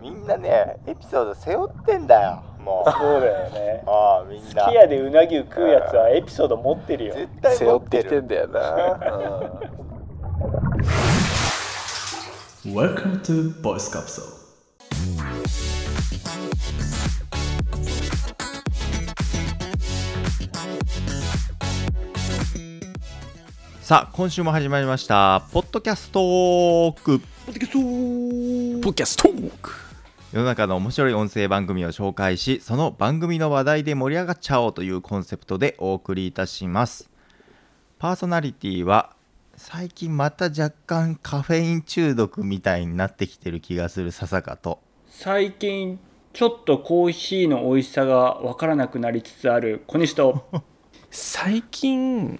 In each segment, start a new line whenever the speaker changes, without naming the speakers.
みんなねエピソード背負ってんだよも う
そうだよね
ああみん
す
な
き家でうなぎを食うやつはエピソード持ってるよ
絶対
背
持
負
っ
って
て
きて
る
んだよな、うん
Welcome to Voice Capsule.
「さあ今週も始まりましたポッドキャストーク」
ポッキャストーク
世の中の面白い音声番組を紹介しその番組の話題で盛り上がっちゃおうというコンセプトでお送りいたしますパーソナリティは最近また若干カフェイン中毒みたいになってきてる気がする笹香と
最近ちょっとコーヒーの美味しさが分からなくなりつつある小西と
最近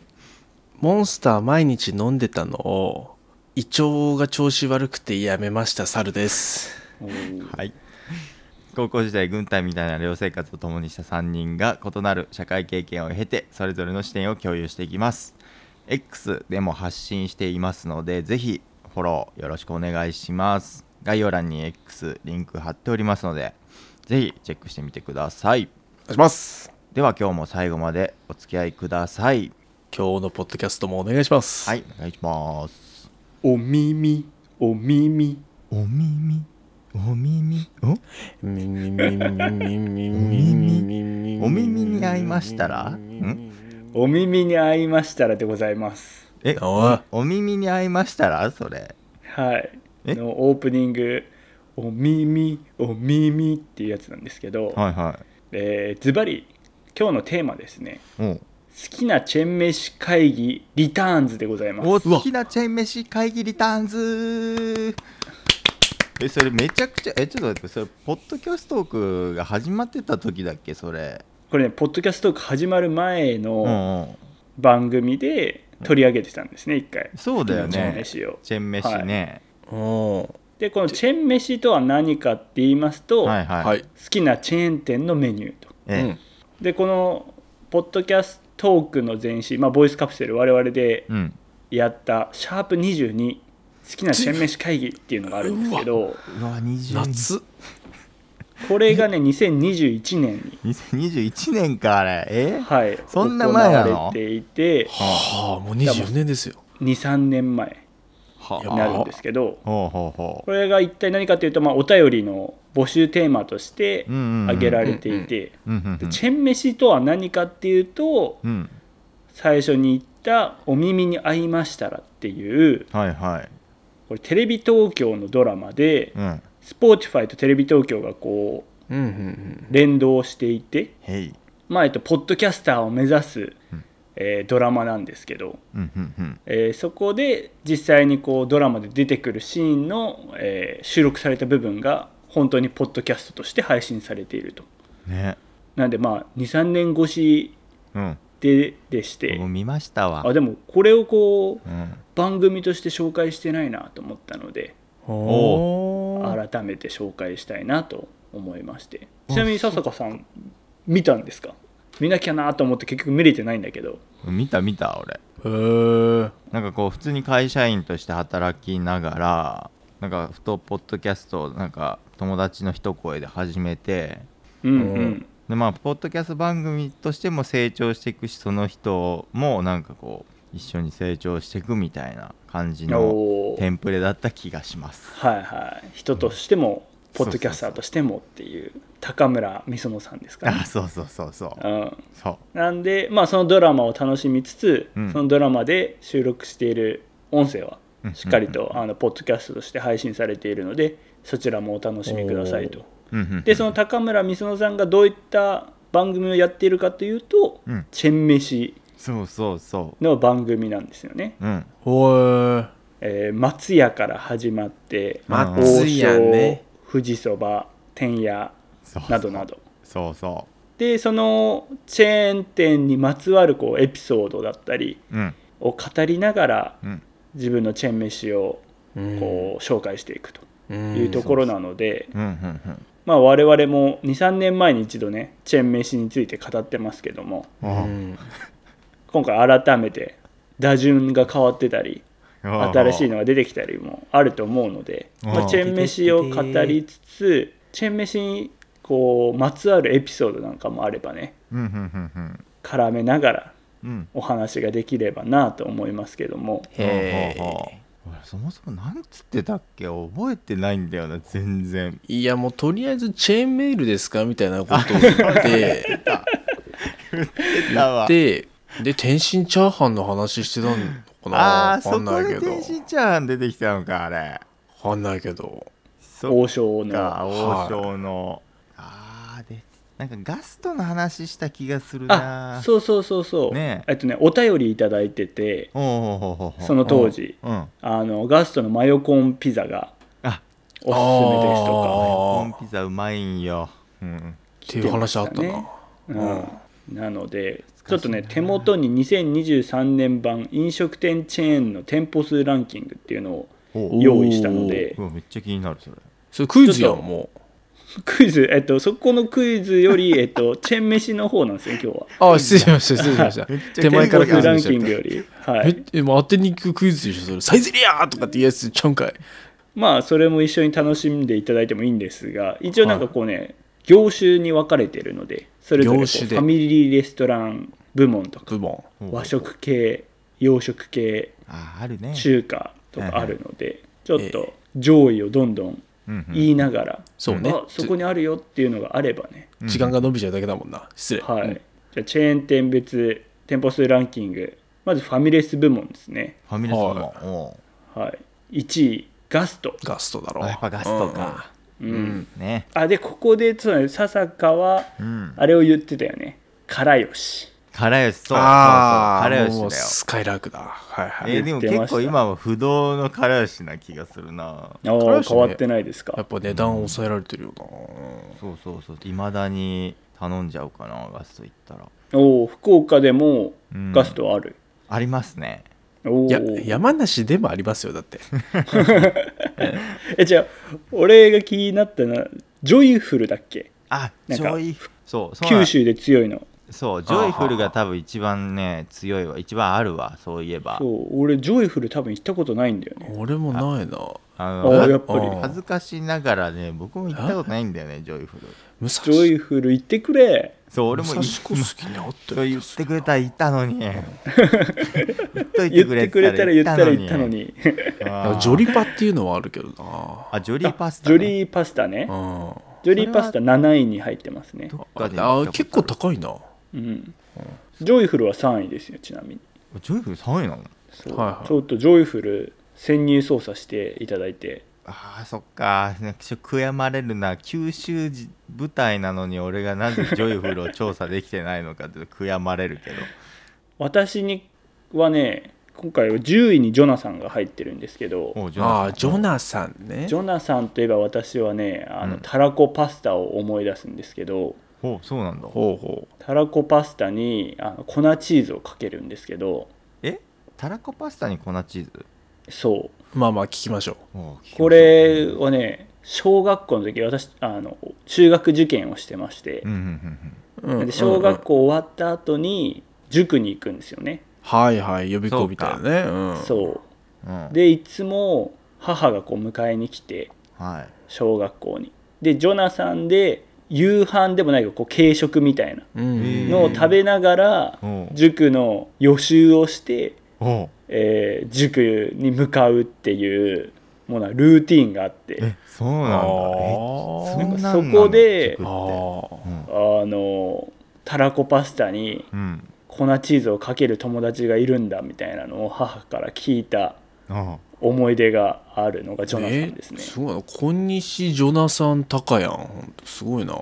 モンスター毎日飲んでたのを胃腸が調子悪くてやめました猿です
はい高校時代軍隊みたいな寮生活を共にした3人が異なる社会経験を経てそれぞれの視点を共有していきます X でも発信していますのでぜひフォローよろしくお願いします概要欄に X リンク貼っておりますのでぜひチェックしてみてください
お願いします
では今日も最後までお付き合いください
今日のポッドキャストもお願いします
はいお願いします
お耳お耳
お耳お耳おお
お
耳に合いましたらん
お耳に合いましたらでございます
え
おい
お耳に合いましたらそれ
はい
え
のオープニング「お耳お耳」っていうやつなんですけど、
はいは
えーズバリ今日のテーマですね
いおう
好きなチェーン飯会議リターンズでございます
お好きなチェーン飯会議リターンズえそれめちゃくちゃえちょっと待ってそれポッドキャストトークが始まってた時だっけそれ
これねポッドキャストトーク始まる前
う
の
んうん
番組で取り上げてたんですね一回
そうだよね
チェーン飯を
チェーン飯ね
お
でこのチェーン飯とは何かって言いますと、
はいはい、
はい
好きなチェーン店のメニューと
え
うん
でこのポッドキャストトークの前身、まあ、ボイスカプセル我々で
うん
やった「シャープ #22 好きなチェーン飯会議」っていうのがあるんですけど
うわ20
夏
これがね2021年に、
2021年かあれえ
はい、
そんな前なの
行われていて
はあもう24年ですよ
23年前
は
になるんですけど
ほうほうほ
これが一体何かというと、まあ、お便りの募集テーマとして
うんうんうん
挙げられていて、
ううんうんう
で
ん
チェン飯とは何かっていうと
うん
最初に言った「お耳に合いましたら」っていう
はいはい
これテレビ東京のドラマで
うん
スポーティファイとテレビ東京がこう
うんうん
連動していて、
へい
まあえっと、ポッドキャスターを目指す、えードラマなんですけど、
うんうんうん
えーそこで実際にこうドラマで出てくるシーンの、えー収録された部分が本当にポッドキャストとして配信されていると。
ね
なんでまあ23年越し
うん
ででして
僕見ましたわ
あでもこれをこう
うん
番組として紹介してないなと思ったので
おお
改めて紹介したいなと思いましてちなみに笹香さん見たんですか見なきゃなと思って結局見れてないんだけど
見た見た俺
へえ
なんかこう普通に会社員として働きながらなんかふとポッドキャストをなんか友達の一声で始めて
うんう
うん
でまあポッドキャスト番組としても成長していくしその人もなんかこう一緒に成長していくみたいな感じの
おー
テンプレだった気がします
はいはい人としてもポッドキャスターとしてもっていう高村美園さんですか、ね
あそうそうそうそう
うん、
そ
なんでまあそのドラマを楽しみつつ、
うん
そのドラマで収録している音声は
うん
しっかりと、あのポッドキャストとして配信されているのでそちらもお楽しみくださいと
ううんうん
でその高村美園さんがどういった番組をやっているかというと、
うん
チェン飯
そうそうそ
の番組なんですよね、
ううん
おい
えー松屋から始まって
松屋ね
王将富士そば天屋
そうそう
などなど
そうそ
でそのチェーン店にまつわるこうエピソードだったり
ううん
を語りながら
うん
自分のチェーン飯を
こ
こう紹介していくと
う
いうところなので、
うんうんうん
まあ、我々も23年前に一度ねチェーン飯について語ってますけども
あ
今回改めて打順が変わってたり
あ
新しいのが出てきたりもあると思うので、まあ
うん
チェーン飯を語りつつチェーン飯にこうまつわるエピソードなんかもあればね
うんうんうん
絡めながら
うんうん
お話ができればなと思いますけども
へ
ほうほうほ
え
う俺そもそもなんつってたっけ覚えてないんだよな全然
いやもうとりあえずチェーンメールですかみたいなことを言 って
だわ
でで天津チャーハンの話してたのかな
あ
わ
ー
か
そ
んな
こ
いけ
で
ど
天津チャーハン出てきたのかあれ
わかんないけど
そ
王
っか
将の
王将の、ああーでなんかガストの話した気がするな
あそうそうそうそう、
ねえ
えっとねお便りいただいてて
おうほうほうほう
その当時
うん
あのガストのマヨコーンピザが
あ
おすすめですと
コ
あ
ン
ー
ピザうまいんよ、うん、
っていう話あったな、
か、うん、なのでちょっとね手元に2023年版飲食店チェーンの店舗数ランキングっていうのを
お
用意したので
うわめっちゃ気になるそれ
それクイズやん
ちょっと
もう
クイズ、えっと、そこのクイズより、えっと、チェーン飯の方なんですよ、今日は。
あー失礼しました失礼しました
ゃ
手前からクイ
フ
ズ
ラン
にしちゃ
キ
っ
ング
た
より。はい
え。えもう当てに行くクイズでしょそれサイゼリアーとかっていうやつちゃうんかい
まあ、それも一緒に楽しんでいただいてもいいんですが、一応なんかこうね、業種に分かれてるので、それぞれこう
業
フ
種で
ァミリーレストラン部門とか、
部門
和食系、洋食系、
ああるね
中華とかあるので、ちょっ
え
と上位をどんどん
うんうん
言いながら、
そうね
あそこにあるよっていうのがあればね、
時間が伸びちゃうだけだもんな失礼
はい、じゃあチェーン店別店舗数ランキングまずファミレス部門ですね、
ファミレス
は
のおう
はい、1位ガスト、
ガストだろ
あやっぱガストか、
うん
ね
あでここでそうだね笹川は
うん
あれを言ってたよねからよし
からよしそうそうそう
あ
からよ
もう
しだよ
スカイラークだはいはい、
えーでも
言ってま
結
した
構今は不動のからよしな気がするな
あー
からよしね
変わってないです
やっ
か
ぱ値段抑えられてるよな、
そうそうそういまだに頼んじゃうかなガスト行ったら
おお福岡でも
うん
ガストはある、
ありますね
おお
いや山梨でもありますよだ って
えじゃあ俺が気になったのはジョイフルだっけ
あ
なん
ジ
か
ョイフそうそうなん
九州で強いの
そうジョイフルが多分一番ね強いわ一番あるわそういえば
そう俺ジョイフル多分行ったことないんだよね
俺もないな
あ
ああや
の
っぱり
あー
恥ずかしながらね僕も行ったことないんだよねジョイフル
武
ジ
蔵
ョイフル行ってくれ
そう俺
俺
も
も
行っ
武蔵小杉にあった
そう
よ
言ってくれたら行ったのに言っといてく
言って
れ
くれたら言ったら言ったの
に
に
あー
ジョリパっていうのはあるけどな
あジョリーパスタ
ジ
ね
ョリーパスタね
う。んあ
ジョリーパスタ7位に入ってますね。
他で
あ
行ったことる
結構高いなは
うん。ジョイフルは3位ですよ、ちなみに。
ジョイフル3位なの
そう
はいはい
ちょっとジョイフル潜入捜査していただいて。
あーそっかなんかちょ悔やまれるな九州じ舞台なのに俺がなぜジョイフルを調査できてないのかって悔やまれるけど
私にはね、今回は10位にジョナサンが入ってるんですけど、
おジョナ
あ
サン
ージョナサンね
ジョナサンといえば私はね、あの
うん
たらこパスタを思い出すんですけど、
おそうなんだ
ほうほう
たらこパスタにあの粉チーズをかけるんですけど、
えたらこパスタに粉チーズ
そう。
まあまあ聞きましょう
お聞きましょう
これはね、小学校の時私あの中学受験をしてまして
うん、うんうん
うん
で小学
校
校終わった後に塾に行くんですよね、
はいはい予備校みたいなねうん
そ
うんうん
うでいつも母がこう迎えに来て
はい
小学校にでジョナサンで夕飯でもないけどこう軽食みたいな
うん
へー
のを食べながら
お
塾の予習をして、
お
えー塾に向かうっていうもうなルーティンがあって
えそうなんだ
あ
え
ー
んなんな
そ
の
こで
塾っ
あ
て
ー
うん
あのたらこパスタに
うん
粉チーズをかける友達がいるんだみたいなのを母から聞いた
あ
思い出があるのがジョナサンですね。
すごいな小西ジョナサンタカヤンほんとすごいな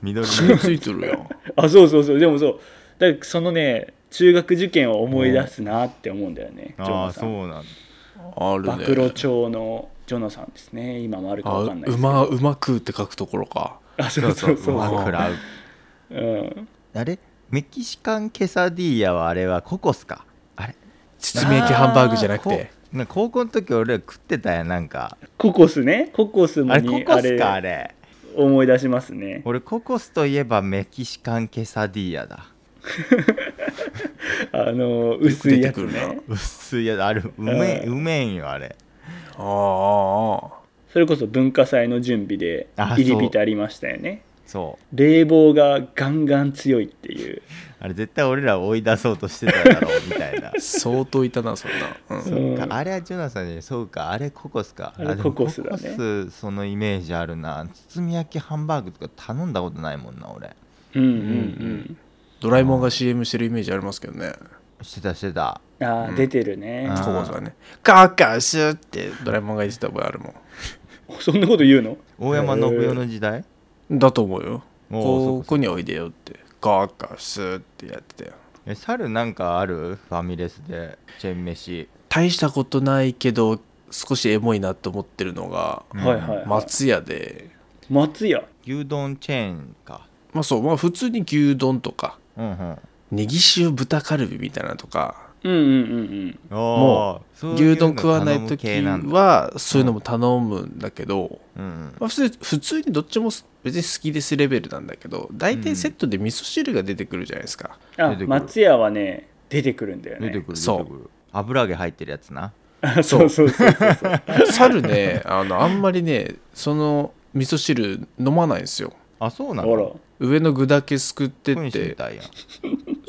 緑
染みついてるやん
あそうそうそうでもそうだからそのね中学受験を思い出すなって思うんだよね、ジョ
ああ
ナ
そ
サン。
うなんだ
ある
暴
ね
露帳のジョナサンですね今もあるか
あ
わかんないで
う
すけど
まうまくって書くところか
あそうそうそう
まあ
そ
食らう
う、うん、
あれメキシカンケサディーヤはあれはココスかあれ
包み焼きハンバーグじゃなくて
こな高校の時俺ら食ってたやんなんか
ココスねココスも
あれコ
に
コ
あ
スかあ
れ
れ
思い出しますね
俺ココスといえばメキシカンケサディーヤだ
あの薄いやつ
よく出てく
ね
薄いやつあれうめえ
う
うめえんよあれ
ああああ
それこそ文化祭の準備で
あ
入り浸りましたよね
そう
冷房がガンガン強いっていう
あれ絶対俺らを追い出そうとしてただろうみたいな
相当いたなそんな、うん、
そうかあれはジョナサンじゃないそうかあれココスか
あれ
でも
ココスだね
ココスそのイメージあるな包み焼きハンバーグとか頼んだことないもんな俺
うんうん
ドラえもんが CM してるイメージありますけどね
してたしてた
うんあー出てるね
あ
コ
ー
コスはね「カーカーシュ」ってドラえもんが言ってた覚えあるも
そんなこと言うの
大山信代の時代
んだと思うよ
おーそっ
こ
かそっか
こにおいでよって「カーカーシュ」ってやってたよ
え猿なんかあるファミレスでチェーン飯
大したことないけど少しエモいなと思ってるのが
うん
はいはい、はい、
松屋で
松屋
牛丼チェーンか
まあそうまあ普通に牛丼とか
うんうん
ネギ塩豚カルビみたいなのとか
うんうんうんうん
も
もう牛丼食わない時はそういうのも頼むんだけど、
うんうん
まあ、普通普通にどっちも別に好きですレベルなんだけど大体セットで味噌汁が出てくるじゃないですか、
あ
出てくる
松屋はね出てくるんだよ
出て
ね
くる
そう
出てくる油揚げ入ってるやつな
そうそうそうそうそう
猿 ねあのあんまりねその味噌汁飲まないんですよ
あそうなの
ほら
上の具だけすくって
こういうの
っ
してみ
て
たいやん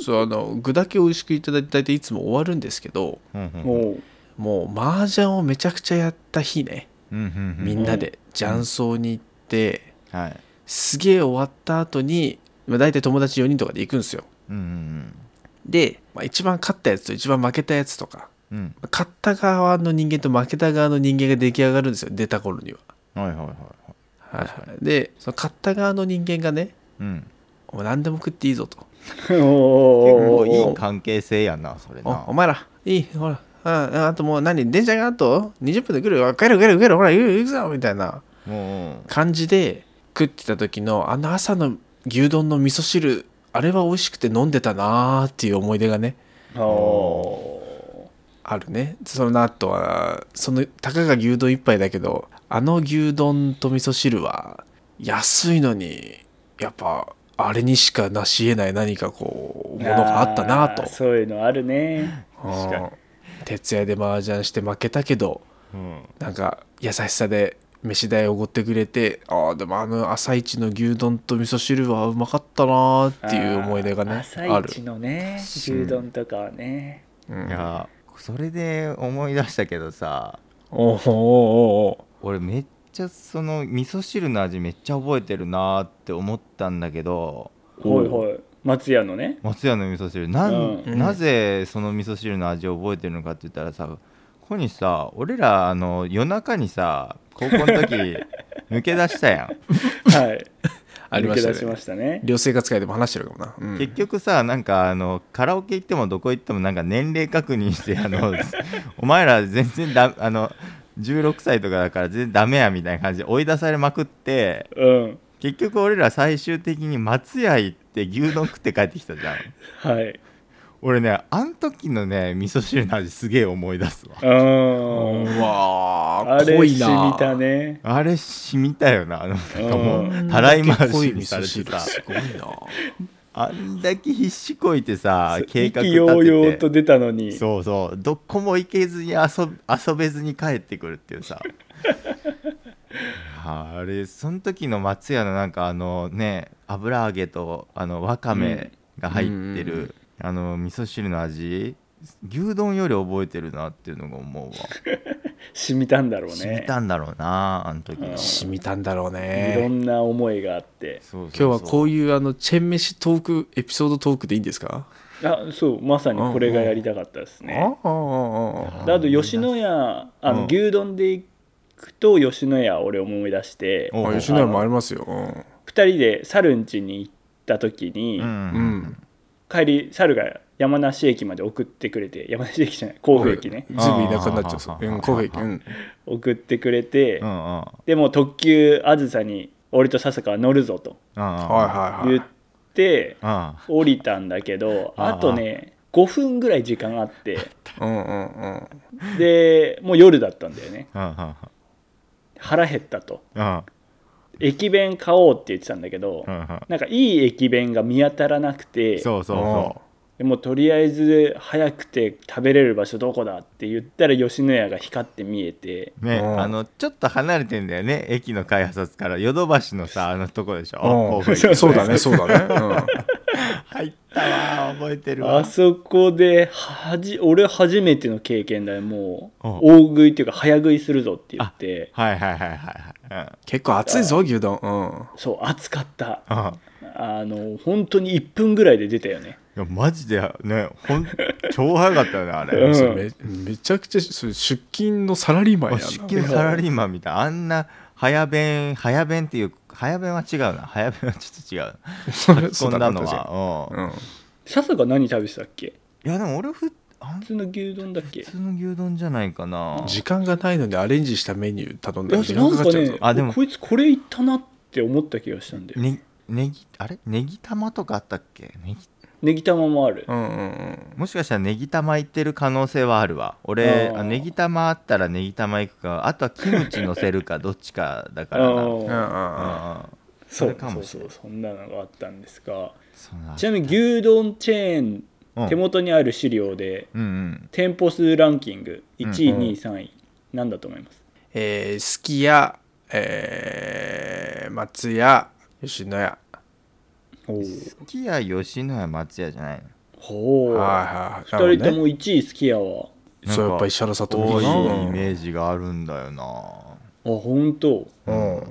そうあの具だけ美味しくいただいて大体いつも終わるんですけど
うんうんうん
もう
もう麻雀をめちゃくちゃやった日ね
うんうん
みんなで雀荘に行って、
はい
すげえ終わった後に、まあ、大体友達4人とかで行くんですよ
うんうん
で、まあ、一番勝ったやつと一番負けたやつとか
うんうん
勝った側の人間と負けた側の人間が出来上がるんですよ出た頃には、
はいはいはいはい
はいはい、でその勝った側の人間がね
うん
「お前何でも食っていいぞ」と
結
お
構
ー
いい関係性やなそれ
「お
な
お前らいいほらああともう何電車があと20分で来るよ帰る帰る帰るほら行く行くぞ」みたいな
もう
感じで食ってた時のあの朝の牛丼の味噌汁あれは美味しくて飲んでたなーっていう思い出がね
お
あるねその後はそのたかが牛丼一杯だけどあの牛丼と味噌汁は安いのにやっぱあれにしかなし得ない何かこう
ー
ものがあったなと
あーそういうのあるね
確かに
うん徹夜で麻雀して負けたけど
うん
なんか優しさで飯代おごってくれてああでもあの朝一の牛丼と味噌汁はうまかったなーっていう思い出がね
あー
あ
朝
る
一のね牛丼とかはね
うん
いやそれで思い出したけどさ
おうおうおうおう
俺めっちゃその味噌汁の味めっちゃ覚えてるなーって思ったんだけど
ほいほい松屋のね
松屋の味噌汁なん、
うん
なぜその味噌汁の味を覚えてるのかって言ったらさここにさ俺らあの夜中にさ高校の 時抜け出したや
はい
ありました
抜け出し
ね
ましたね
寮生活会でも話してるかもな、うんん
結局さなんかあのカラオケ行ってもどこ行ってもなんか年齢確認してあ のお前ら全然だあの16歳とかだから全然ダメやみたいな感じで追い出されまくって
うん
結局俺ら最終的に松屋行って牛丼食って帰ってきたじゃん
はい
俺ねあん時のね味噌汁の味すげえ思い出すわ
うーん
うわ
あ
ー濃
れ
い
し
な
みたね
あれ染みたよなあのなんかもう
うん
たらい回
濃
し
い
に
味
さ
噌
れて
汁
た
すごいな
あんだけ必死こいてさ計
意
画
気
立
揚々
て
と
て
出たのに
そうそうどこも行けずに遊び遊べずに帰ってくるっていう さあれその時の松屋のなんかあのね油揚げとあのわかめが入ってる、あの味噌汁の味牛丼より覚えてるなっていうのが思うわ、
染みたんだろう
染み
ね
たんだろうなあの時の、
うん
そう
染みたんだろう
いろ
ね
んな思いがあって
そうそう
今日はこういうあのチェン飯トークエピソードトークでいいんですか、
あそうまさにこれがやりたかったです
あ
ね
あああああ
であと吉野家あ
う
の、
ん
牛丼で行くと吉野家を俺思い出して
おう
あ
おう
吉野家もありますよ、うん
2人で猿ん家に行った時に、
うん
う
うん
ん、
帰り猿が山梨駅まで送ってくれて山梨駅じゃない甲府駅ね
ずいぶん田舎になっちゃう
あ
そ
ー
ううん甲府駅うん
送ってくれて、
うんうんうん
でもう特急あずさに俺と笹川乗るぞと
は
はいはい
言
は
って
いは
降りたんだけど
あ
あ
ー
とね5分ぐらい時間あって
いうんうんうん
でもう夜だったんだよね
いうんうん
腹減ったと
うん
駅弁買おうって言ってたんだけど、
うんうん
なんかいい駅弁が見当たらなくて
そうそうそ
でもうとりあえず早くて食べれる場所どこだって言ったら吉野家が光って見えて
ね、
うん
あのちょっと離れてんだよね駅の開発からヨドバシのさあのとこでしょ、
う
甲府駅
ん、そうだねそうだね、
入ったわ覚えてるわ
あそこではじ俺初めての経験だよもう
うん
大食いっていうか早食いするぞって言って
はいはいはいはいはい
うん、結構熱いぞ牛丼うん
そう暑かった
うんうん
あの本当に1分ぐらいで出たよね
いやマジでねほん超早かったよねあれ、
うん
それめめちゃくちゃそれ出勤のサラリーマンや
あ
な
出勤サラリーマンみたいあんな早弁早弁っていう早弁は違うな早弁はちょっと違う
それ
そんなの
そう
は、うん
だね
笹が何食べてたっけ
いやでも俺ふあん
普通の牛丼だっけ
普通の牛丼じゃないかな
うん時間がないのでアレンジしたメニュー頼ん
い
だ
や
ら時間
な
か
ん
かっ
か
ちゃう
ね
ぞ
あでも
こいつこれいったなって思った気がしたんだよ、
ねネギあれネギ玉とかあったっけネギ
ネギ玉もある
うんうんうん
もしかしたらネギ玉いってる可能性はあるわ俺
あー
あネギ玉あったらネギ玉いくかあとはキムチ乗せる かどっちかだか
あ
らな
ー
うんうん
うん
うん
そ
あ
う
れか
そ
も
う
し
そ
れな
う
い
そんなのがあったんですが
そうな
ちなみに牛丼チェーン、
うん
手元にある資料で
うんうん
店舗数ランキング1位、
うん
2位3位なんだと思います
えー、すき家、えー、松屋吉野家
ほう
好きや吉野家松屋じゃないの
ほう
はいはいはい
2人
なる
と
ほどね
も1位すき家は
なんか
そうやっぱ石原さとみ
多
かない
イメージがあるんだよな
あ本当
うんうん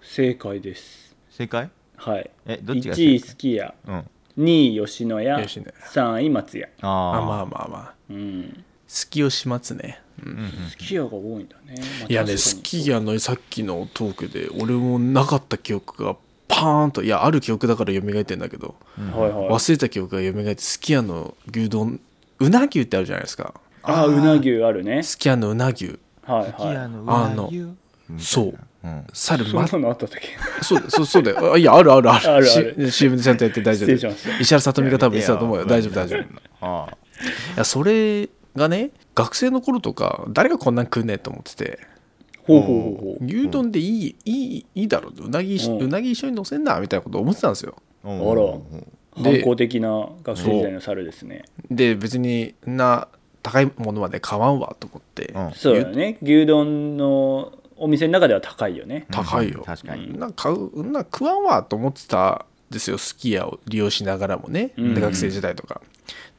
正解です
正解
はい
えどっちが
1
正
位
解
すき家
うん
2位吉野家
吉野家
3位松屋
あ
あ
ー
まあまあまあ
うん
すきをしますね、うん
うんうん
すき家が多いんだね、まあ
いや
確
ね
かに
すき家のさっきのトークで俺もなかった記憶がパーンといやある記憶だから蘇ってんだけど
はいはい
忘れた記憶が蘇ってすき家の牛丼うな牛ってあるじゃないですか
ああうな牛あるね
すき家のうな牛
は
好
い
き家
はい
のうなぎゅうみたいな
そう
うん
猿
そん
ま
なのあったっけ
そうそうそうだよあいやあるあるある
あるある
し CM でちゃんとやって大丈
失礼し
夫
ました
石原さとみが多分言ってたと思うよ大丈夫大丈夫い
あー
やそれがね学生の頃とか誰がこんなん食うねえと思ってて
ほうほうほうほう
牛丼でいい、いいいいだろうなぎ、
うん
うなぎ一緒に乗せんなみたいなこと思ってたんですよ
うん
あら
うん
で
反抗的な学生時代の猿ですね
で別にんな高いものまで買わんわと思って、
うん
そうだよね牛丼のお店の中では高いよね
高いよ
確かに
んなん買うんな食わんわと思ってたんですよすき家を利用しながらもね、
うん
で学生時代とか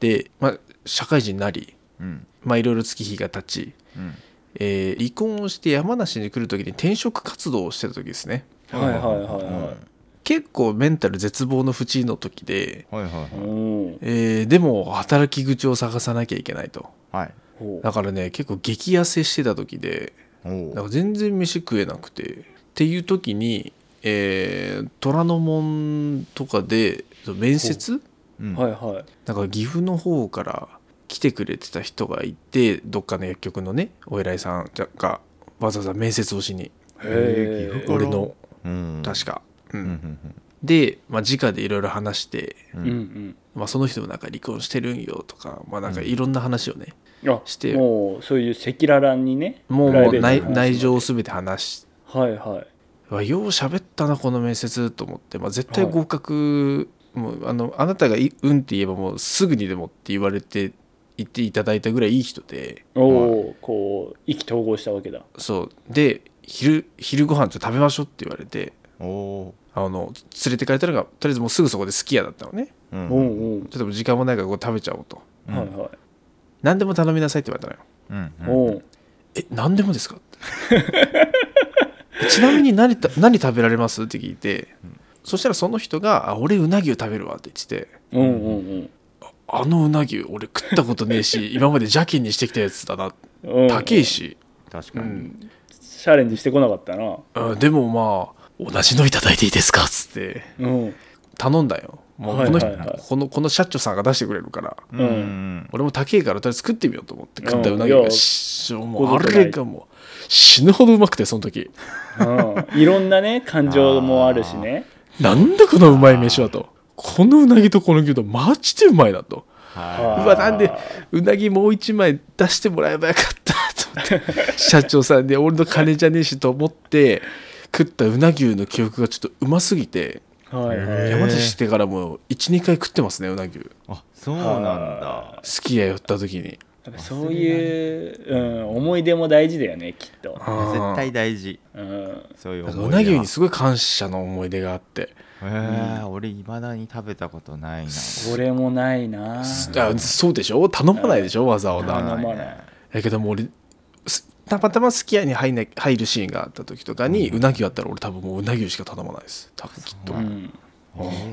で、まあ、社会人になり
うん
まあいろいろ月日が経ち、
うん
えー離婚をして山梨に来る時に転職活動をしてた時ですね
はいはいは
結構メンタル絶望の淵の時で、
はいはいはい
いはいうん
えーでも働き口を探さなきゃいけないと
はい
ほう
だからね結構激痩せしてた時で
おー
なんか全然飯食えなくてっていう時に、えー虎ノ門とかで面接
うん
はいはい
なんか岐阜の方から来てくれてた人がいてどっかの薬局のねお偉いさんがわざわざ面接をしに
へー
へ
あら
俺の
うん
確か、うん
うんうん
で、まあ、直でいろいろ話して、
うん
えうん
まあ、その人もなんか離婚してるんよとか,、まあ、なんかいろんな話をね、
うんあ
して
もうそういう赤裸々にね
もう
プラ
も
イ
う
ベートな話ま
内
で
内情を全て話して。
はいは
うわよう喋ったなこの面接と思って、まあ、絶対合格、もうあのあなたがい「うん」って言えばもうすぐにでもって言われて言っていただいたぐらいいい人で
いおおこう意気投合したわけだ
そうで昼昼ご飯ちょっと食べましょうって言われて
おお
あの連れてかれたのがとりあえずもうすぐそこで好き家だったのね
ーう
うんんうん
ちょっともう時間もないからこう食べちゃおうと
うん
はいはい
何でも頼みなさいって言われたのよ
うんうん
おう
え何でもですかちなみに何た何食べられますって聞いて、そしたらその人があ「俺うなぎを食べるわ」って言ってて
うんうん
あのうなぎ俺食ったことね えし今まで邪気にしてきたやつだな
うんうん
高えし、
確
う
かに
ん
チャレンジしてこなかったな
うんでもまあ同じのいただいていいですかっつって
うん
頼んだよも
は
う
い
この,、
はいはい
このこの社長さんが出してくれるから
う
うん
んうん
俺も高えからとりあえず作ってみようと思って
うん
食ったうなぎが、
いや
しも
こ
う
こ
あ
じゃない
れがもう死ぬほどうまくてその時
うんいろんなね感情もあるしね
なんだこのうまい飯はとこのうなぎとこの牛丼マジでうまいなと
は
うわなんで うなぎもう一枚出してもらえばよかったと思って社長さんで俺の金じゃねえしと思って食ったうな牛の記憶がちょっとうますぎて
い
はいはい、
へー
山梨してからも12回食ってますねうなぎ好
あそうなんだ
き家寄った時に
やっぱそういう、うん、思い出も大事だよねきっと、
いや絶対大事
うん、
そういう
なんか
思い
う
出は
なぎにすごい感謝の思い出があって
えー俺いまだに食べたことないな
俺もないな
あそうでしょ頼まないでしょわざわ
頼
ざ
まない
だけどもう俺すたまたますき家に入んな入るシーンがあった時とかに、うなぎあったら俺多分もううなぎしか頼まないです多分きっと
うん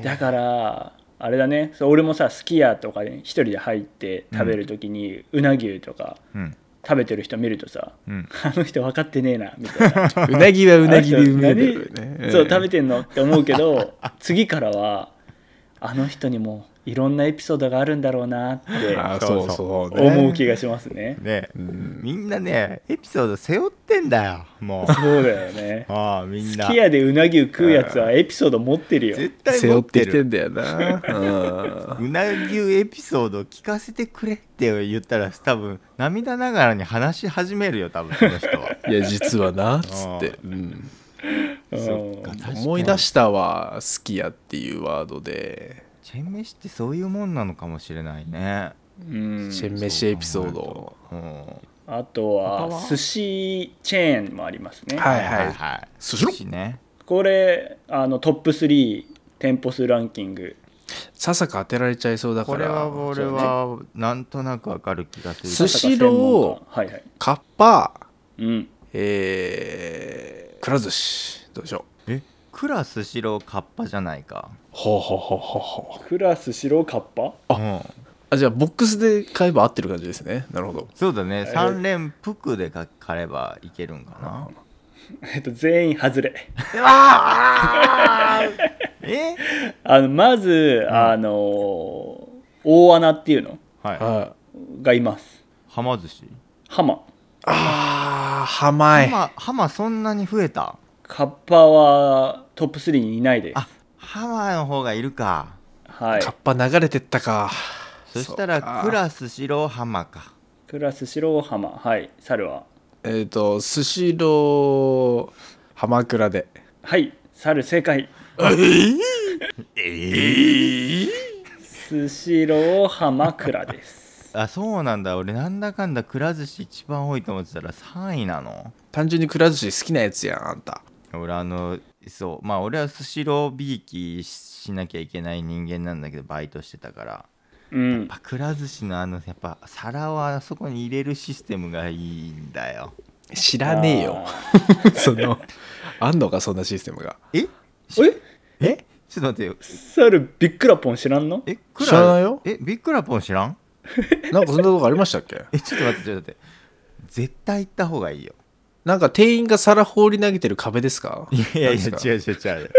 え
だからあれだねそう俺もさすき家とかに一人で入って食べる時に、うな牛とか
ーうん
食べてる人見るとさ
うん
あの人分かってねえなみたいな
うなぎは うなぎで埋めてるよね
何 そう食べ
て
てんのって思うけ ど次からはあの人にもいろんなエピソードがあるんだろうなって
あー
そう
そうそうね
思う気がしますね
ねみんなねエピソード背負ってんだよもう
そうだよね
ああみん
す
な
き家でうな牛食うやつはエピソード持ってるよ
絶対
背
持
負っ
ってて
きて
る
ん だよな、
うなぎエピソード聞かせてくれって言ったら多分涙ながらに話し始めるよ多分この人は
うん、いや実はなっつって、うん
うん
思い出したわ「好きや」っていうワードで
チェンメシってそういうもんなのかもしれないね
うん
チェンメシエピソード、
うん
あとは寿司チェーンもありますね、
はいはい
はい
スシロー
ね
これあのトップ3店舗数ランキング
ささか当てられちゃいそうだか
これ
ら
は俺はなんとなくわかる気がする
寿司ロー
はいはい
カッパ
うん
えー、くら寿司どうでしょう
えクラスシローカッパじゃないか
ほうほうほうほうほう
クラス白カッパ
あ、
あじゃあボックスで買えば合ってる感じですねなるほど
そうだね3連服でかかればいけるんかな
えっと全員外れ
え
あのまず、あの大穴っていうの
はい
あ
がいます
はま寿司
ハマ
あー浜
は
へ
まはまそんなに増えた
カッパはトップ3にいないです
あハマの方がいるか
はい
カッパ流れてったか
そしたらクラスシローハマか
クラス白ハマはい猿は
えっ、とスシロー浜倉で
はい猿正解
ええ
寿司ロー浜倉です
あそうなんだ俺なんだかんだくら寿司一番多いと思ってたら3位なの
単純にくら寿司好きなやつやんあんた
俺あのそうまあ俺はスシローびいきしなきゃいけない人間なんだけどバイトしてたから
うん
まあくら寿司のあのやっぱ皿をあそこに入れるシステムがいいんだよ
知らねえよ
あ
そのあんのかそんなシステムが
え
ーえ
え
ちょっと待ってよ
猿ビックラポン知らんの
えくら
知らないよ
えビックラポン知らん
なんかそんなとこありましたっけ
えちょっと待ってちょっと待って絶対行った方がいいよ
なんか店員が皿放り投げてる壁ですか
いやいや
何
違
で
う
すか
違う違う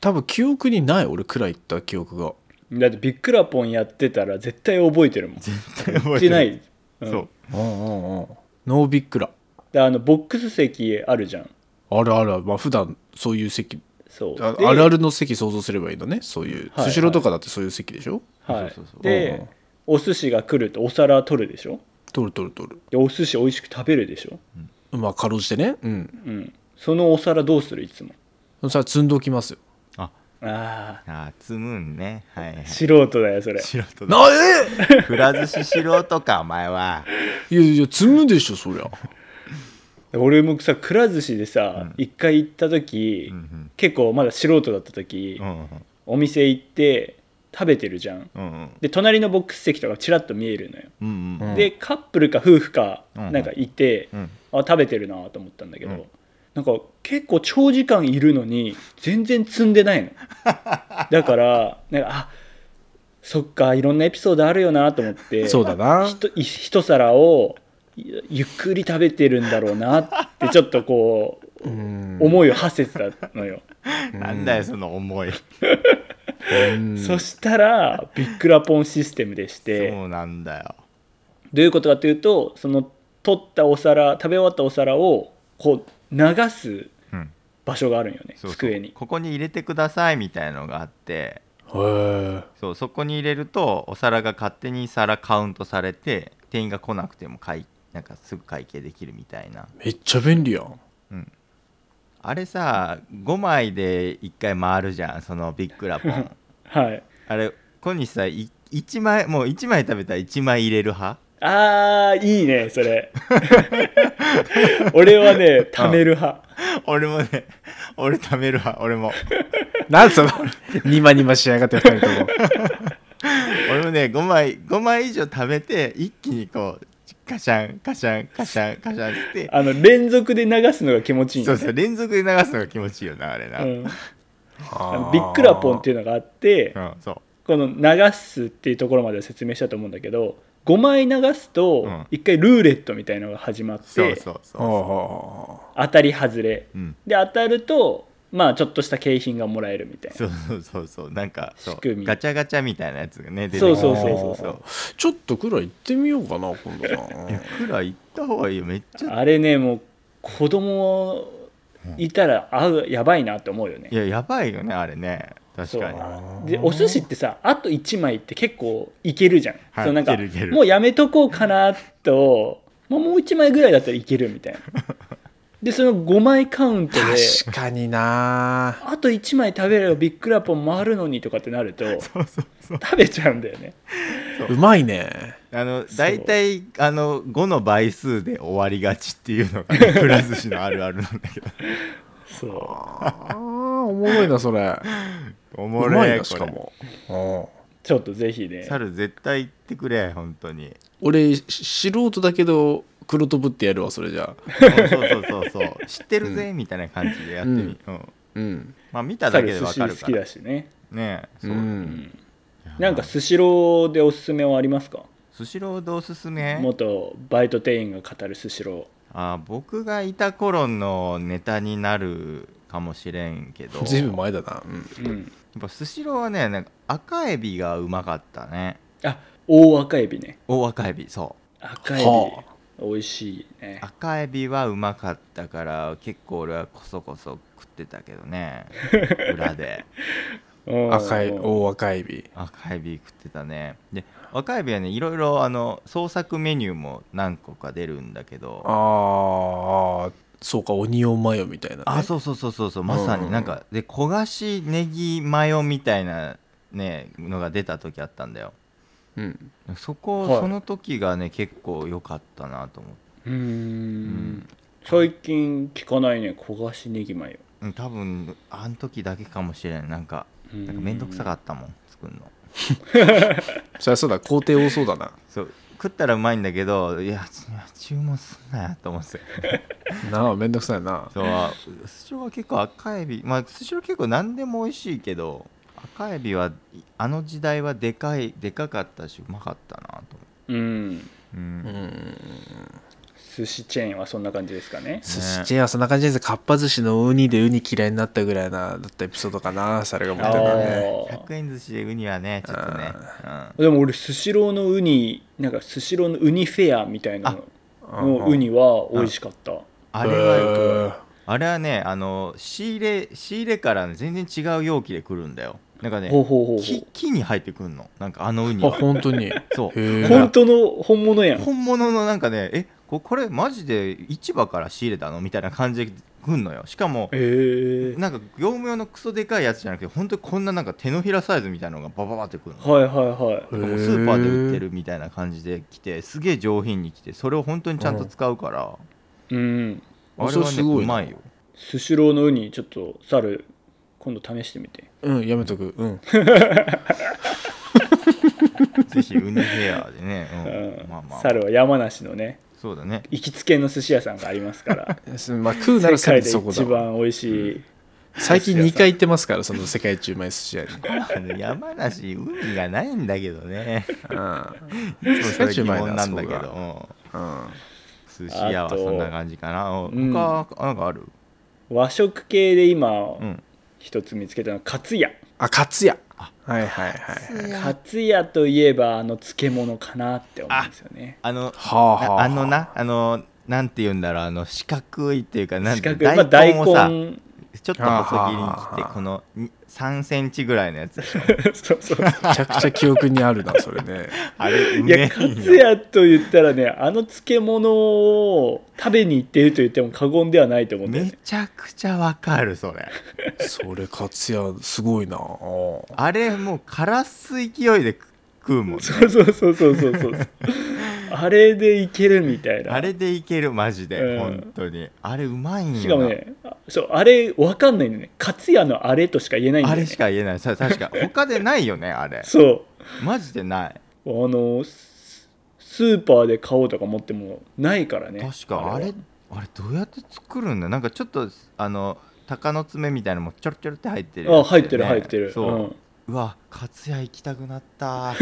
多分記憶にない俺くらい行った記憶が
だってビックラポンやってたら絶対覚えてるもん
絶対覚
言
え
ってて
な
ないい、
そ
う
う
ん
うんうんうんノービックラ
であのボックス席あるじゃん
あるあるまあ普段そういう席
そう
あ
で
あるあるの席想像すればいいのねそういう
はい
スシローとかだってそういう席でしょ
はい
そうそうそう
でお寿司が来るとお皿取るでしょ
取る取る取る
でお寿司美味しく食べるでしょ
まあかろうじてねうん
うんそのお皿どうするいつも
さあ積んどきますよ
あ
あ
あー積むんねはいはい
あ素人だよそれ
素人だ
なえ
くら寿司素人かお前はい
やいや積むでしょそりゃ
俺もさくら寿司でさ一、回行った時、
うん
結構まだ素人だった時、
うん
お店行って食べてるじゃん
うんうん
で隣のボックス席とかチラッと見えるのよ、
うんうん
ん
でカップルか夫婦か
うん
なんかいて、
うん
あ食べてるなと思ったんだけど、
うん
なんか結構長時間いるのに全然積んでな いのだからなんかあそっかいろんなエピソードあるよなと思って
そうだな
ひとい一皿をゆゆっくり食べてるんだろうなってちょっとこう
うん
思いを馳せてたのよ、
なんだよその思い
うん
そしたらビックラポンシステムでして
そうなんだよ
どういうことかというとその取ったお皿食べ終わったお皿をこう流す
うん
場所があるんよね
そうそう
机に
ここに入れてくださいみたいのがあって
へ
そうそこに入れるとお皿が勝手に皿カウントされて店員が来なくても会なんかすぐ会計できるみたいな
えめっちゃ便利やん
あれさ5枚で1回回るじゃんそのビッグラポ ン
はい
あれ小西さんい一枚もう1枚食べたら1枚入れる派
あーいいねそれ 俺はね貯める派
俺もね俺食べる派俺も
なんそのニマニマしやがって2人とも
俺もね5枚5枚以上食べて一気にこうカシャンカシャンカシャンカシャンって
あの連続で流すのが気持ちいいん
そ
だ
う
ね
そう連続で流すのが気持ちいいよなあれな、
うんあのビックラポンっていうのがあって
うんそ
この流すっていうところまでは説明したと思うんだけど5枚流すと
うん
1回ルーレットみたいのが始まっ
う
て、
そうそう
ほ
そう
ほ
当たり外れ
う、うん、
で当たるとまあちょっとした景品がもらえるみたいな
そうそうそうそうなんかそう
仕組み
ガチャガチャみたいなやつがね出て
そう
うほ
そううそう
そ
そうう
そ
そうう
ちょっとくらい行ってみようかな今度な
くら行った方がいいよめっちゃ
あれねもう子供いたら合うやばいなって思うよね
いややばいよねあれね確かに
でお寿司ってさあと1枚って結構いけるじゃん、
はい
そのなんか
いけるいける
もうやめとこうかな と、まあ、もう1枚ぐらいだったらいけるみたいなでその5枚カウントで
確かにな
あと1枚食べればビックラポン回るのにとかってなると
そうそうそう
食べちゃうんだよね
うまいね
あの
う
大体あの5の倍数で終わりがちっていうのが、ね、くら寿司のあるあるなんだけど
そう
あーおもろいなそれ
お
う
もろ
まい
い
なしか
こ
もうん
ちょっとぜひ
れ
ね
猿絶対行ってくれ本当に
俺し素人だけど黒飛ぶってやるわそれじゃあ
そうそうそうそう知ってるぜ、みたいな感じでやってみ、うん
うん
まあ見ただけで
猿寿
わ
司
か
好
るか
き
ら
だしね
ねえそう、
ん
なんかスシローでおすすめはありますか
スシローでおすすめ
元バイト店員が語るスシロ
あ僕がいた頃のネタになるかもしれんけど
ずいぶん前だな、うん
ー、うん、
やっぱスシローはねなんか赤エビがうまかったね
あ大赤エビね
大赤エビそ
赤エビ、
は
美味しいね
う赤エビはうまかったから結構俺はこそこそ食ってたけど ね裏で
赤い
お
大赤エビ
赤エビ食ってたねで赤エビはねいろいろあの創作メニューも何個か出るんだけど
ああそうかオニオンマヨみたいなね、
あそうそうそうそうそうまさになんかで焦がしネギマヨみたいなねのが出た時あったんだよ
うん、
そこ、
はい
その時がね結構良かったなと思って
うーん最近聞かないね焦がしネギマヨ
うん多分あの時だけかもしれんなんか
うん
なんか面倒くさかったもん作るの
そりゃそうだ工程多そうだな
そう食ったらうまいんだけどいやち注文すんなよと思って
なあめんどくさいな
そうスシローは結構赤エビまあスシロー結構何でも美味しいけど赤エビはいあの時代はでかいでかかったしうまかったなと思
うん
う、うん
寿司チェーンはそんな感じですかね
寿司チェーンはそんな感じですかっぱ寿司のウニでウニ嫌いになったぐらいなだったエピソードかなそれが持ってたのね
あー
100円寿司でウニはねちょっとねうん
でも俺スシローのウニなんかスシローのウニフェアみたいなののウニは美味しかった
あれは、
へー
あれはねあの仕入れ仕入れからね全然違う容器で来るんだよなんかね
ほうほうほうほ
木
う
木に入ってくんのなんかあのウニ
あ
は
本 当に
そ
へ
う
ー
だから
本当の本物やん
本物のなんかねえここれマジで市場から仕入れたのみたいな感じで来んのよしかも
え
なんか業務用のクソでかいやつじゃなくて本当にこんななんか手のひらサイズみたいなのがバババってくるの
はいはいはい
なんかもうスーパーで売ってるみたいな感じで来てすげえ上品に来てそれを本当にちゃんと使うから、
うん
あれ
それ
はね
すご
う
いな
まいよ
スシローのウニちょっと猿今度試してみて
うんやめとくうん
ぜひウニヘアでね、うん
うん
まあまあ
猿は山梨のね
そうだね
行きつけの寿司屋さんがありますから
すまあ食うな
世
らせめ
界
て
で
そこだ
一
わ
番美味しい
最近2回行ってますからその世界一うまい寿司屋に
あの山梨海がないんだけどね
うん
いつもそれ疑
うま
問
いな
なんだけ
そこ
ど
うん
うん寿司屋はそんな感じかなう
うん
ん他なんかある
和食系で今
うん
一つ見つけたのはカツヤ
あカツヤはいはいはいはい
カツヤといえばあの漬物かなって思うんですよね
あの
はあ
な
はあ
あのなあのなんて言うんだろうあの四角いっていうかなん
四
て
角いまあ大
をさ
根
ちょっと細切りに切ってこのに3センチぐらいの やつ
そうそう
めちゃくちゃ記憶にあるなそれね
あれう
い
めえ
や
ん
カツヤと言ったらねあの漬物を食べに行ってると言っても過言ではないと思うんだよ
め
ね
ちゃくちゃわかるそれ
それ勝也すごいなおう
あれもうカラス勢いで食うもんね
そうそうそうそうそうそうあれでいけるみたいな
あれでいけるマジで、
うん
本当にあれうまいんよな
しかもねあそうあれわかんないんだよね勝也のあれとしか言えないんだ
あ
よ、ね、
れしか言えないさ確か他でないよねあれ
そう
マジでない
あのススーパーで買おうとか持ってもないからね
確かあ
は
れあれどうやって作るんだなんかちょっとあの鷹の爪みたいなのもちょろちょろって入ってる
あ入ってる入ってる、
そうう、
ん
うわ勝也行きたくな った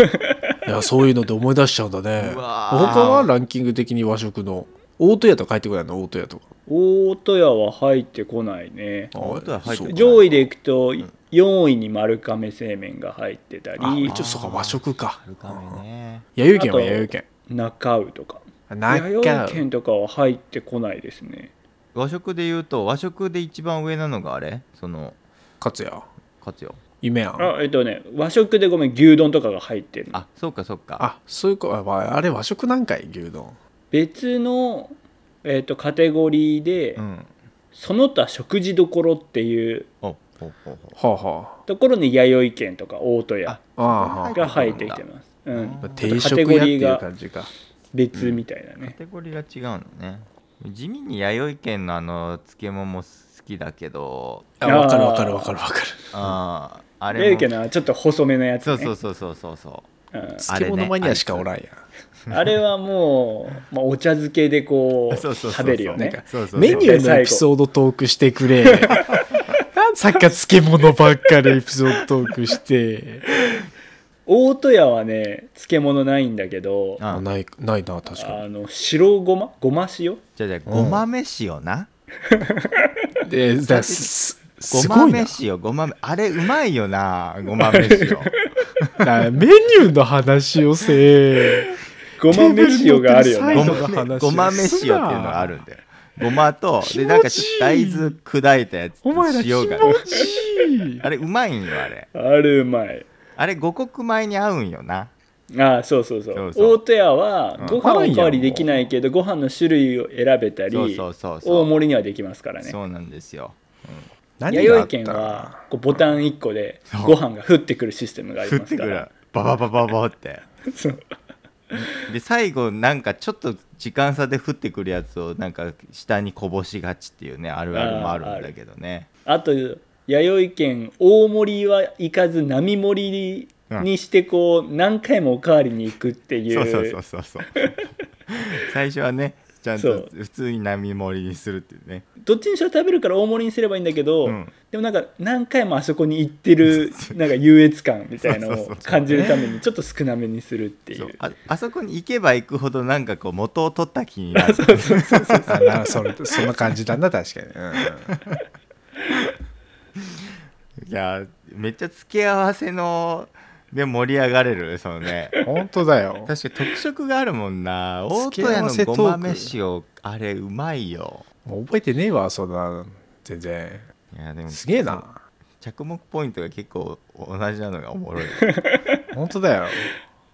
いやそういうので思い出しちゃうんだね
う
他
わー
はランキング的に和食の大戸屋とか帰ってこないの大戸屋とか
大戸屋は入ってこないね
あ大戸屋入ってこない
そう
上位でいくと4位に丸亀製麺が入ってたり
あ一応そうか和食か
あるかもね
弥生県は
あと
弥生県
中尾とか
中
弥生県とかは入ってこないですね
和食で言うと和食で一番上なのがあれその
勝也
勝也
夢やん
あえっとね和食でごめん牛丼とかが入ってる
あそうかそうか
あそういうかああれ和食なんかい牛丼
別の、えっとカテゴリーで、
うん
その他食事どころっていう
おほうほうほう
はあは
ところに弥生県とか大戸屋
あああはあ
が入ってきてます、うん、
まあ定食屋っていう感じか
別みたいな
カ
ね、
テゴリーが違うのね地味に弥生県のあの漬物も好きだけど
あわかるわかるわかるわかる
あーあ
レ
れ
イケ
も
のはちょっと細めのやつ、
そ
ね
うそうそうそうそうそう
うん
あれね
漬物マニアしかおらんや
あれはもう、まあ、お茶漬けでこう
そうそうそうそう
食べるよ
なん
ね
かそうそうそう
メニューのエピソードトークしてくれなんさっきから漬物ばっかりエピソードトークして
大戸屋はね漬物ないんだけどあ
あ
ないないな確か
の白ごまごま塩
じゃあじゃあごま飯よな、
にでだす
ご
す
ま
ごいなだ
飯よごまめあれうまいよなごま飯 よ
からメニューの話をせ
ごま飯塩があるよ
テーブルに乗ってるサイ
ね
ごま
ドの話を
ごま飯よっていうのがあるんだよごまとでなんかちょっと大豆砕いたやつと
お前ら気持
塩がね
ちいい
あれうまいんよあれ
あるうまい
あれ五穀米に合うんよな
ああそうそうそう
そうそう
大戸屋はご飯おかわりできないけどご飯の種類を選べたり
そうそうそうそう
大盛りにはできますからね
そうなんですよ
何
弥
があ
生
った
県はこうボタン1個でご飯が降ってくるシステムがあり
降っ
ます
て
か
く
ら
るババババババって
そう
で最後なんかちょっと時間差で降ってくるやつをなんか下にこぼしがちっていうねあるあるもあるんだけどね
あと弥生県大盛りは行かず並盛りにしてこう何回もおかわりに行くってい
そうそうそう
う
そうそう 最初はねちゃん
そ
と
う
普通に並盛りにするっていうね
どっちにしろ食べるから大盛りにすればいいんだけど
うん
でもなんか何回もあそこに行っ てるなんか優越感みたいなのを感じるためにちょっと少なめにするってい
そう
う
ああそこに行けば行くほどなんかこう元を取った気に なる
あなそれそんな感じだな確かに、うん
いやめっちゃ付け合わせので盛り上がれるそのね
本当だよ
確かに特色があるもんな大
付
戸
け
屋
合わせ
の
トーク
ごま飯をあれうまいよ
もう覚えてねえわそんな全然
いやでも
すげえな
着目ポイントが結構同じなのがおもろい
本当だよ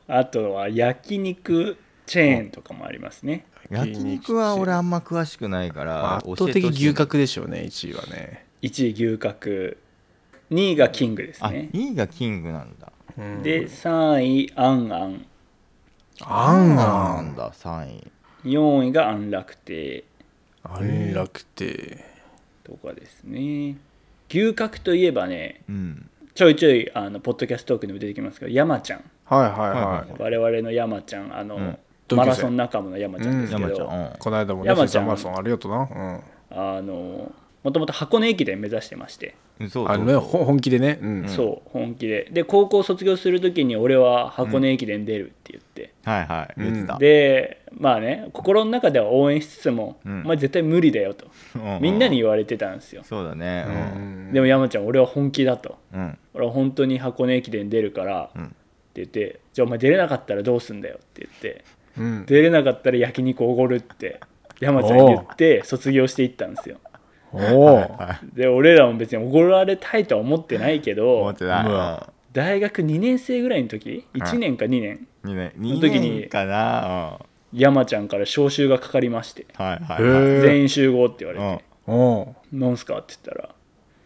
あとは焼肉チェーンとかもありますね
焼肉は俺あんま詳しくないか
まあ
ら
圧倒的牛角でしょうね1位はね、
1位牛角2位がキングです
あ
ね
2位がキングなんだ
で3位アンアン
あ
そうん
あ
なんだ3位
4位が安楽亭
安楽亭
とかですね牛角といえばね
うん
ちょいちょいあのポッドキャストトークでも出てきますけど山ちゃん
はいはい
はいは
はいい、
我々の山ちゃんあの、
ん
同級
マ
生
ラソン仲間の山ちゃんですけど、
山ちゃん、うん
この間もね
山
山
ち
ち
ゃ
ゃ
ん
んマラソンありがとうな、
あのもともと箱根駅伝目指してまして、
そう
う
そ
ん、
う
あのねほ本気でね、うん
そう本気でで高校卒業する時に俺は箱根駅伝出るって言って、
はいはい言ってた、
でまあね心の中では応援しつつも、
ん
お前絶対無理だよと
う
みんなに言われてたんですよ、
そうだね
でも山ちゃん俺は本気だと
うん、うん
俺は本当に箱根駅伝出るから、
ん
って言ってじゃあお前出れなかったらどうすんだよって言って
うん、
出れなかったら焼肉おごるって山ちゃん言って卒業していったんですよ
おお
で俺らも別に怒られたいとは思ってないけ
思っ
ど
てないう
わ
大学2年生ぐらいの時1年か2年
2年
の
2
時に
年かな、
山ちゃんから招集がかかりまして
うん、はいはい、はい
へ
全
え
員集合って言われて
うん
お
「なんすか?」って言ったら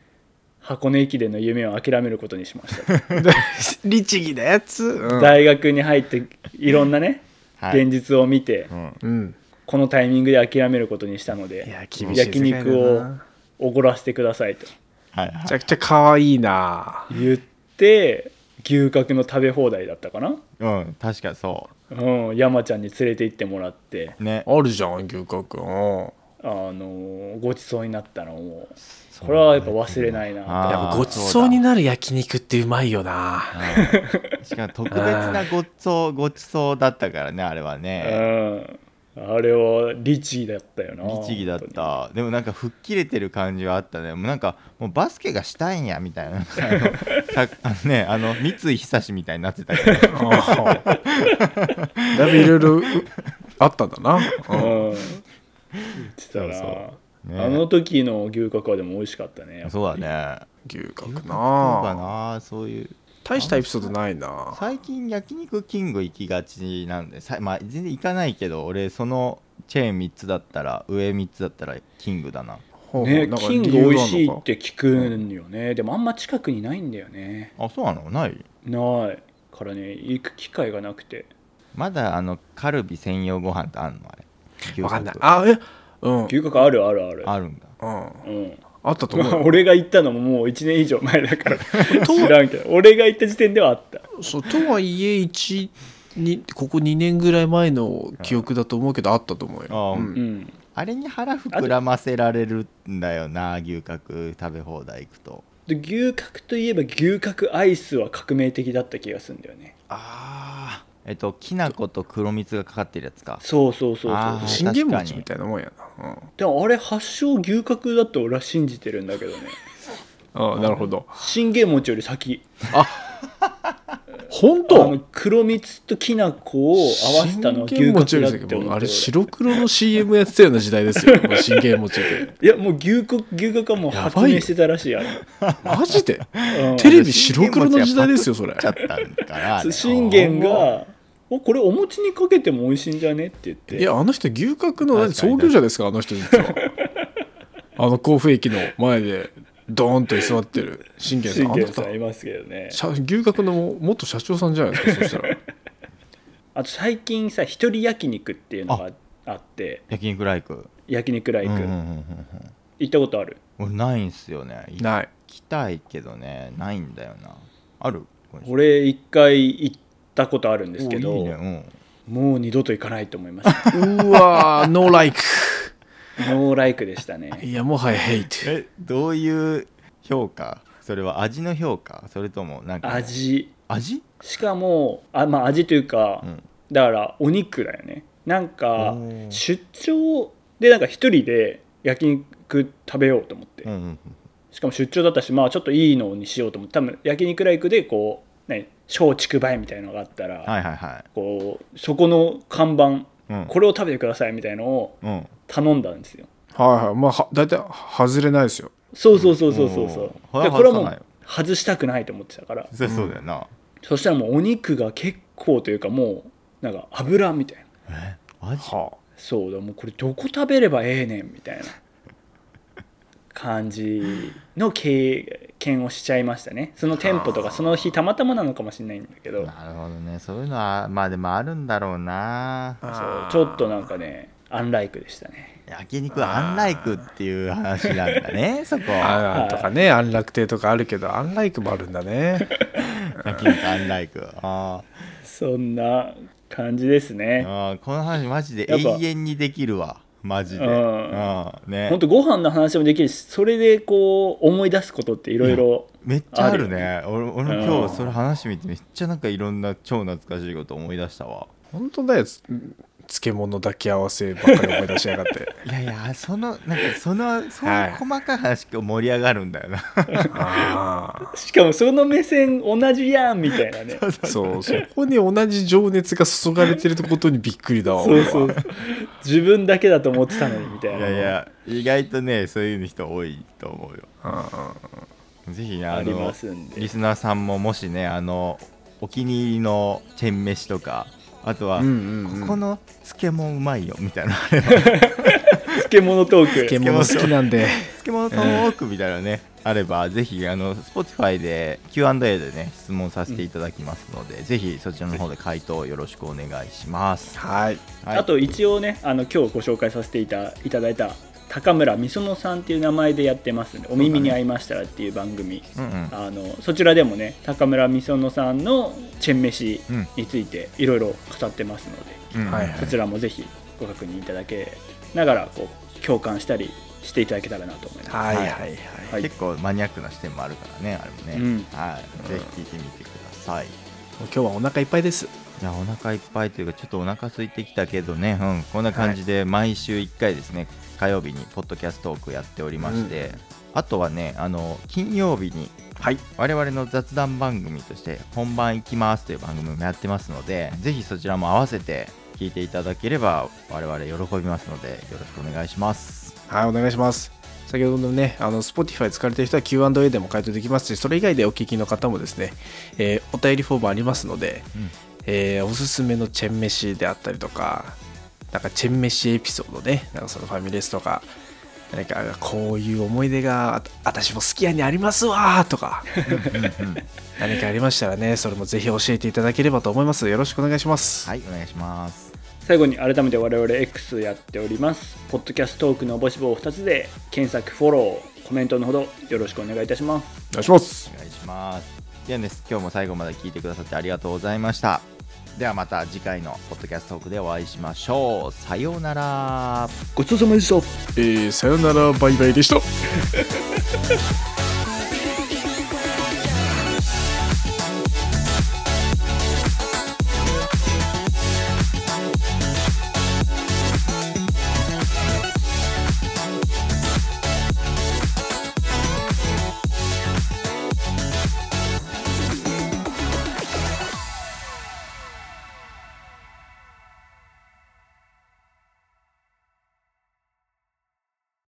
「箱根駅伝の夢を諦めることにしました」
律儀なやつうん
大学に入っていろんなね、
はい
現実を見て、
うん
うん
このタイミングで諦めることにしたの
いや
で
厳しい世
焼
界だな
肉をおごらせてくださいと
はい
め
は
ちゃくちゃ可愛いな
言って牛角の食べ放題だったかな、
い、うん、確かそ
うん、山ちゃんに連れて行ってもらって
うね
あるじゃん牛角うん
あのーごちそうになったのもこれはやっぱ忘れない
あ
な
ー
やっぱごちそうになる焼肉ってうまいよな
しかも特別なごちそうごちそうだったからねあれは
と、
ね
うん、あれは律儀だったよな
律儀だっ
本
たでもなんか吹っ切れてる感じはあったねもうなんかもうバスケがしたいんやみたい なあのさあのねあの三井久志みたいになってた けど
だいぶいろいろうあったんだな
当に
うん
うん、言ってたな
そうそうね
あの時の牛角はでも美味しかったねやっぱ
そうだね
牛角
そうか
な
なそういう
大したエピソードないな
最近焼肉キング行きがちなんでさまあ全然行かないけど俺そのチェーン3つだったら上3つだったらキングだな
ほうほう
ね
なんか
キング
理由
美
が
味
あんのか
しいって聞くんよね、でもあんま近くにないんだよね
あそうなのない
ないからね行く機会がなくて
まだあのカルビ専用ご飯ってあんのあれ
わかんない
あ
あえうんうん
牛角あるあるある
あるんだ
うん
あったと
ま
思う
あ
よ
俺が行ったのももう1年以上前だから
と
知らんけど俺が行った時点ではあった
そうとはいえ1にここ2年ぐらい前の記憶だと思うけどあったと思うよ、
あ
う、
ー
うんん
あれに腹膨らませられるんだよな牛角食べ放題行くと
で牛角といえば牛角アイスは革命的だった気がするんだよね
ああえっときな粉と黒蜜がかかってるやつか
そうそうそう
あー
そう
信玄餅みたいなもんやな、うん
でもあれ発祥牛角だと俺は信じてるんだけどね
ああなるほど
信玄餅より先
本
あの黒蜜ときな粉を合わせたのは牛角だって思って
あれ
俺
白黒の CM やってたような時代ですよもう信玄 餅で
いやもう牛角牛角はもう発明してたらしいや
マジで
ろ、うん
テレビ白黒の時代ですよそれ
ちゃったんかなあ
そう
れ
信玄が「おこれお餅にかけても美味しいんじゃね?」って言って
いやあの人牛角の何
確かに
創業者ですかあの人 実はあの甲府駅の前でドーンと居座ってる信玄さん
信
あの
玄
人
さんいますけどね
社牛角の元社長さんじゃ ないですかそしたら
あと最近さ一人焼肉っていうのがあって
焼肉ライク
焼肉ライク、
うんうんうんうん
行ったことある
うん俺ないんすよね行
ない
きたいけどねないんだよなあるこれ
俺一回行ったことあるんですけど
おいいねうん
もう二度と行かないと思いました
うわーノーライク
ノーライクでしたね
いやもはやヘイト
えどういう評価それは味の評価それともなんか
味
味
しかもあまあ味というか、
うん
だからお肉だよねなんか
おー
出張でなんか一人で焼肉食べようと思って、
うんうん
しかも出張だったしまあちょっといいのにしようと思って多分焼肉ライクでこう何松竹梅みたいのがあったら、
うんはいはいは
こうそこの看板
いうん
これを食べてくださいみたいのを
うん
頼んだんですよ
はいはいまあは大体外れないですよ
そうそうそうそうそうそう
うん
で
うん
これはも
外さないう
外したくないと思ってたから
そりゃそうだよな
そしたらもうお肉が結構というかもうなんか油みたいな
味
はあ
そうだもうこれどこ食べればええねんみたいな感じの経験をしちゃいましたねその店舗とかその日たまたまなのかもしれないんだけど
なるほどねそういうのはまあでもあるんだろうな
そうちょっとなんかねアンライクでしたね
焼肉はアンライクっていう話なんだ ねそこ
あ
はい
あとかね安楽亭とかあるけどアンライクもあるんだ ね
焼肉アンライクあ
そんな感じです
ー
ね
あーこの話マジで
やっぱ
永遠にできるわマジで
うん
うんね
ほんとご飯の話もできるしそれでこう思い出すことっていろいろ
めっちゃあるね俺俺も今日それ話してみてめっちゃなんかいろんな超懐かしいこと思い出したわ
本当だよつ漬物抱き合わせばっかり思い出しやがって
いやいやそのなんかそのそう
はいいう
細かい話が盛り上がるんだよな
あ
しかもその目線同じやんみたいなね
あそうそこに同じ情熱が注がれてることにびっくりだわ
そう
俺
そう
は
自分だけだと思ってたのにみたい
い
な
やいや意外とねそういう人多いと思うよぜひあ
あり
の
ますんで
リスナーさんももしねあのお気に入りのチェン飯とかあとは、
うんうんうん
ここの漬物うまいよみたいな
漬物トーク
漬物好きなんで
漬物トークみたいなね、あればぜひあの Spotify で Q&A でね質問させていただきますので、ぜひそちらの方で回答よろしくお願いします、
はい
はい
あと一応ねあの今日ご紹介させていたいただいた高村みそのさんっていう名前でやってますんで「お耳に合いましたら」っていう番組、
うんうん
あのそちらでもね高村みそのさんのチェン飯
うん
についていろいろ語ってますので、
うん
はいはい
そちらもぜひご確認いただけながらこう共感したりしていただけたらなと思います。
はいはいはい
はい
結構マニアックな視点もあるからねあれもね、
うん
はい、ぜひ聞いてみてください
今日はお腹いっぱいです
いやお腹いっぱいというかちょっとお腹空いてきたけどね、うん、こんな感じで毎週1回ですね火曜日にポッドキャストトークやっておりまして、あとはねあの金曜日に
はい
我々の雑談番組として「本番行きます」という番組もやってますのでぜひそちらも合わせて聞いていただければ我々喜びますのでよろしくお願いします
はい、お願いします。先ほどのね、あの Spotify 使われてる人は Q&A でも回答できますし、それ以外でお聞きの方もですね、えーお便りフォームありますので、
うん
えーおすすめのチェン飯であったりとか、なんかチェン飯エピソードね、なんかそのファミレスとか、何かこういう思い出があ私も好きやにありますわーとか、何かありましたらね、それもぜひ教えていただければと思います。よろしくお願いします。
はいお願いします
最後に改めて我々 X やっております。ポッドキャストトークの応募志望2つで検索、フォロー、コメントのほどよろしくお願いいたします。
お願いします。
お願いしますではね今日も最後まで聞いてくださってありがとうございましたではまた次回のポッドキャストトークでお会いしましょうさようなら
ごちそうさまでした。
えーさよなら、バイバイでした。